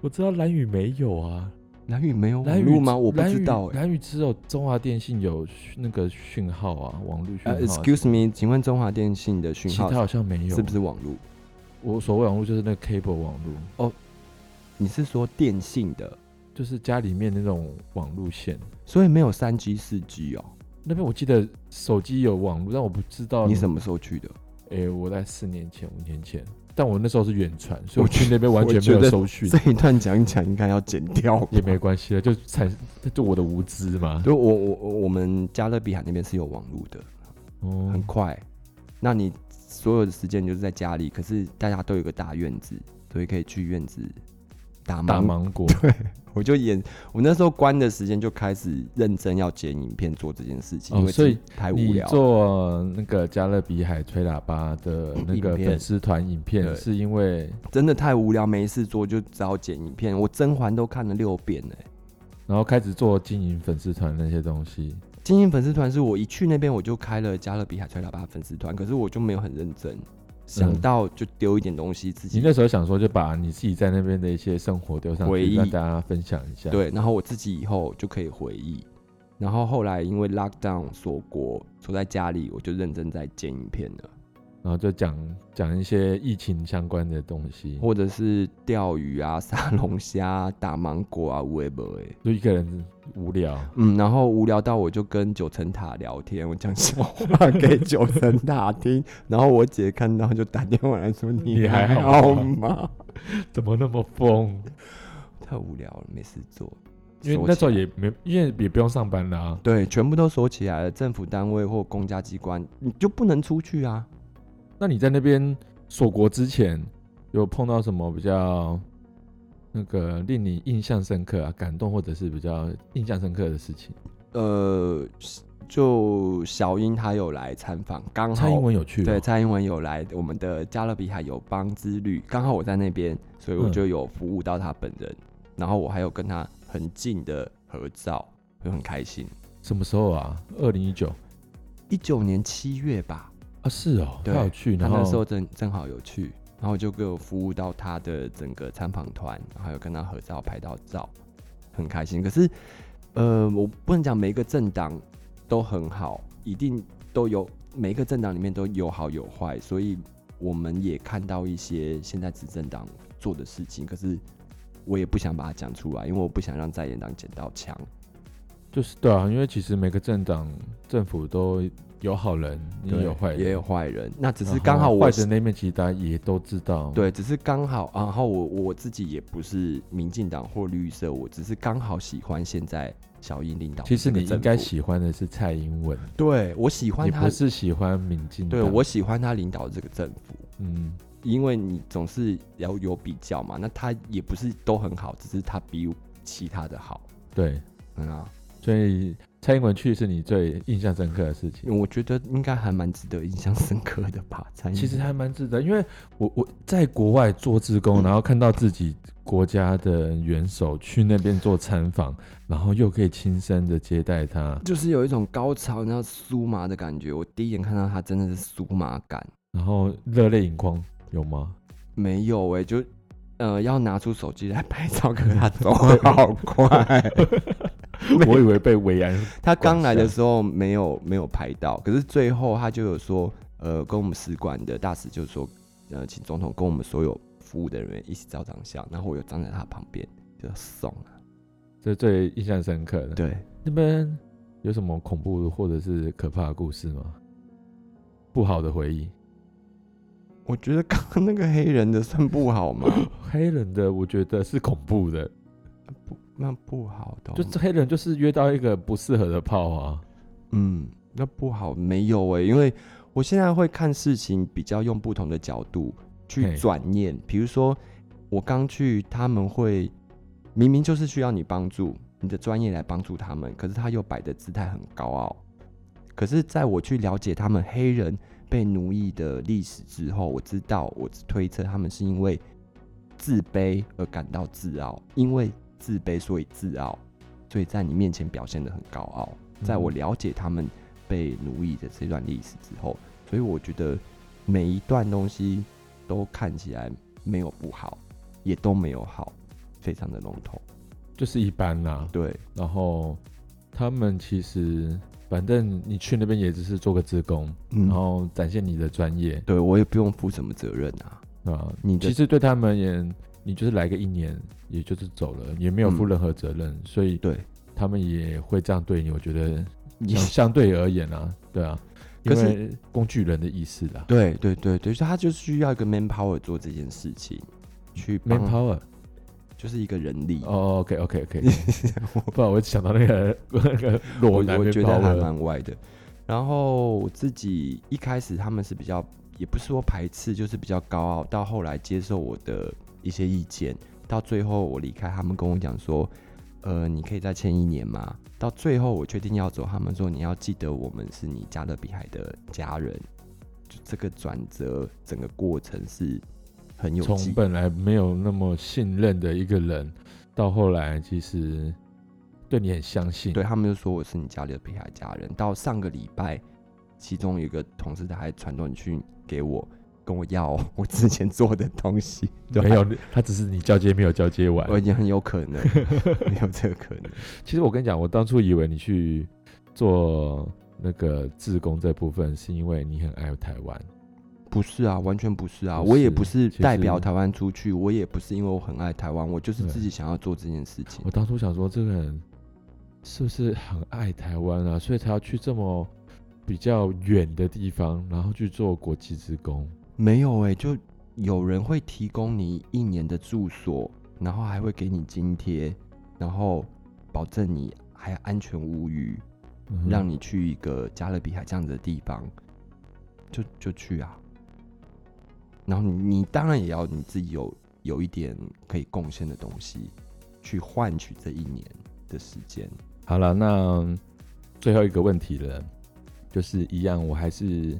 A: 我知道蓝屿没有啊。
B: 蓝宇没有网
A: 蓝
B: 络
A: 屿
B: 吗？我不
A: 蓝
B: 知
A: 屿
B: 道哎、
A: 蓝屿只有中华电信有讯那个讯号啊，网络讯号啊。
B: 呃、Excuse me，请问中华电信的讯
A: 其
B: 号
A: 他好像没有，啊
B: 是不是网络？
A: 我所谓网络就是那个 cable 网络，
B: 你是说电信的，
A: 就是家里面那种网路线。
B: 所以没有三 G、四 G 哦？
A: 那边我记得手机有网络，但我不知道
B: 你什么时候去的？ [LAUGHS]
A: 诶、我在四年前、五年前，但我那时候是远传，所以
B: 我
A: 我去那边完
B: 我
A: 全
B: 觉
A: 没有
B: 得
A: 收讯，
B: 一段讲一讲应该要剪掉，
A: 也没。关系了，啊就产就我的无知嘛。
B: 就我我我我们加勒比海那边是有网络的，
A: 哦
B: 很快。那你所有的时间你就是在家里，可是大家都有个大院子，所以可以去院子打
A: 打
B: 盲
A: 芒果，
B: 我就演，我那时候关的时间就开始认真要剪影片做这件事情，
A: 哦
B: 因为
A: 所以
B: 真的太无
A: 你
B: 聊了。
A: 做那个加勒比海吹喇叭的那个
B: 影片
A: 粉丝团影片，
B: 对
A: 是因为
B: 真的太无聊，没事做就只好剪影片。我《甄嬛》都看了六遍了欸。
A: 然后开始做经营粉丝团那些东西，
B: 经营粉丝团是我一去那边我就开了加勒比海吹喇叭粉丝团，可是我就没有很认真，想到就丢一点东西自
A: 你
B: 己、
A: 那时候想说就把你自己在那边的一些生活丢上
B: 回
A: 去，
B: 忆
A: 让大家分享一下。，
B: 对，然后我自己以后就可以回忆。然后后来因为 lockdown 锁国，锁在家里，我就认真在剪影片了，
A: 然后就讲讲一些疫情相关的东西，
B: 或者是钓鱼啊、 [LAUGHS] 杀龙虾啊、打芒果啊、微博哎，
A: 就一个人无
B: [LAUGHS]
A: 聊。
B: 嗯，然后无聊到我就跟九层塔聊天，我讲笑话
A: [LAUGHS]
B: 给九层塔听，然后我姐看到就打电话来说：“
A: 你还
B: 还
A: 好
B: 好
A: 吗
B: 吗
A: 怎么那么疯？？”
B: 太无聊了，没事做。
A: 因为
B: 锁
A: 那时候
B: 起来
A: 也没，因为也不用上班啦、啊。
B: 对，全部都锁起来了，政府单位或公家机关你就不能出去啊。
A: 那你在那边锁国之前，有碰到什么比较那个令你印象深刻啊、感动或者是比较印象深刻的事情？
B: 呃，就小英她有来参访，刚好
A: 蔡英文有去、哦，
B: 对，蔡英文有来我们的加勒比海友邦之旅，刚好我在那边，所以我
A: 嗯
B: 就有服务到他本人，然后我还有跟他很近的合照，就很开心。
A: 什么时候啊？二零一九
B: 一九年七月吧，
A: 啊，是哦，他
B: 对
A: 有去，
B: 他
A: 然后
B: 那时候正正好有去，然后我就给我服务到他的整个参访团，然后还有跟他合照拍到照，很开心。可是，呃，我不能讲每一个政党都很好，一定都有每一个政党里面都有好有坏，所以我们也看到一些现在执政党做的事情，可是我也不想把它讲出来，因为我不想让在野党捡到枪。
A: 就是对啊，因为其实每个政党政府都有好人，也
B: 对
A: 有坏人，
B: 也有坏人，那只
A: 然后
B: 是刚好我
A: 坏的那面其实大家也都知道，，
B: 对，啊只是刚好，然后我我自己也不是民进党或绿色，我只是刚好喜欢现在小英领导。
A: 其实你应该，喜欢的是蔡英文，
B: 对我喜欢
A: 你
B: 他
A: 不，是喜欢民进党，
B: 对我喜欢他领导这个政府，
A: 嗯。
B: 因为你总是要有比较嘛。那他也不是都很好，只是他比其他的好，
A: 对，
B: 嗯啊，
A: 所以蔡英文去是你最印象深刻的事情。
B: 我觉得应该还蛮值得印象深刻的吧。蔡英
A: 其实
B: 文
A: 还蛮值得，因为我我在国外做志
B: 嗯
A: 工，然后看到自己国家的元首去那边做参访，然后又可以亲身的接待他，
B: 就是有一种高潮，然后酥麻的感觉。我第一眼看到他，真的是酥麻感。
A: 然后热泪盈眶，有吗？
B: 没有哎、就呃要拿出手机来拍照，可是
A: [LAUGHS]
B: 他走得好快。没
A: 我以为被维安，
B: [LAUGHS] 他刚来的时候没有没有拍到，可是最后他就有说，呃，跟我们使馆的大使就说，呃，请总统跟我们所有服务的人员一起照张相，然后我就站在他旁边，就要送了。
A: 这是 [LAUGHS] 最印象深刻的。
B: 对，
A: 那边有什么恐怖或者是可怕的故事吗？不好的回忆，
B: 我觉得刚刚那个黑人的算不好吗？ [COUGHS]
A: 黑人的我觉得是恐怖的，
B: 不，那不好的哦，
A: 就是黑人就是约到一个不适合的炮啊。
B: 嗯，那不好，没有哎、因为我现在会看事情比较用不同的角度
A: 嘿
B: 去转念，比如说我刚去，他们会明明就是需要你帮助，你的专业来帮助他们，可是他又摆的姿态很高傲。可是在我去了解他们黑人被奴役的历史之后，我知道，我推测他们是因为自卑而感到自傲，因为自卑所以自傲，所以在你面前表现得很高傲。在
A: 嗯
B: 我了解他们被奴役的这段历史之后，所以我觉得每一段东西都看起来没有不好，也都没有好，非常的笼统。
A: 就是一般啦、
B: 对，
A: 然后他们其实，反正你去那边也只是做个志工，
B: 嗯
A: 然后展现你的专业，
B: 对我也不用负什么责任啊。
A: 对吧？
B: 你的
A: 其实对他们而言，你就是来个一年，也就是走了，也没有负
B: 嗯
A: 任何责任，所以
B: 对，
A: 他们也会这样对你。我觉
B: [LAUGHS]
A: 得
B: 也
A: 相相对而言啊，对啊，因
B: 可是
A: 为工具人的意思啦
B: 对对对对，所以他就是需要一个 manpower 做这件事情，去帮
A: ，manpower。
B: 就是一个人力。
A: 哦，OK OK OK，不 [LAUGHS] 然我想到那个 [LAUGHS] 那个裸
B: 我
A: 男
B: 我觉得
A: manpower
B: 还蛮歪的。然后我自己一开始他们是比较，也不是说排斥，就是比较高傲，到后来接受我的一些意见，到最后我离开，他们跟我讲说，呃，你可以再签一年吗？到最后我确定要走，他们说你要记得我们是你加勒比海的家人。就这个转折，整个过程是很有记
A: 从本来没有那么信任的一个人，到后来其实对你很相信。
B: 对他们就说我是你家里的北海家人。到上个礼拜，其中有一个同事他还传短讯给我，跟我要哦我之前做的东西，对
A: 没有，他只是你交接没有交接完
B: 我。已经很有可能没有这个可能。
A: 其实我跟你讲，我当初以为你去做那个志工这部分，是因为你很爱台湾。
B: 不是啊，完全不是啊，
A: 不
B: 我也
A: 是
B: 不是
A: 其实
B: 代表台湾出去，我也不是因为我很爱台湾，我就是
A: 对
B: 自己想要做这件事情
A: 我。当初想说，这个人是不是很爱台湾啊？所以才要去这么比较远的地方，然后去做国际职工。
B: 没有哎、就有人会提供你一年的住所，然后还会给你津贴，然后保证你还安全无虞。
A: 嗯哼
B: 让你去一个加勒比海这样子的地方，就就去啊。然后你你当然也要你自己有有一点可以贡献的东西，去换取这一年的时间。
A: 好了，那最后一个问题了，就是一样，我还是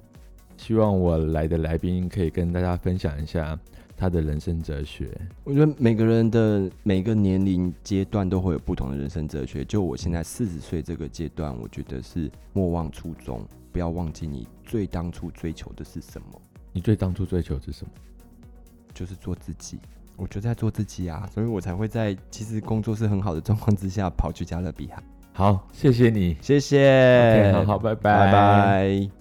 A: 希望我来的来宾可以跟大家分享一下他的人生哲学。
B: 我觉得每个人的每个年龄阶段都会有不同的人生哲学。就我现在四十岁这个阶段，我觉得是莫忘初衷，不要忘记你最当初追求的是什么。
A: 你最当初追求是什么？
B: 就是做自己，我就在做自己啊，所以我才会在其实工作是很好的状况之下跑去加勒比海。
A: 好，谢谢你。
B: 谢谢
A: OK，好好，拜拜
B: 拜拜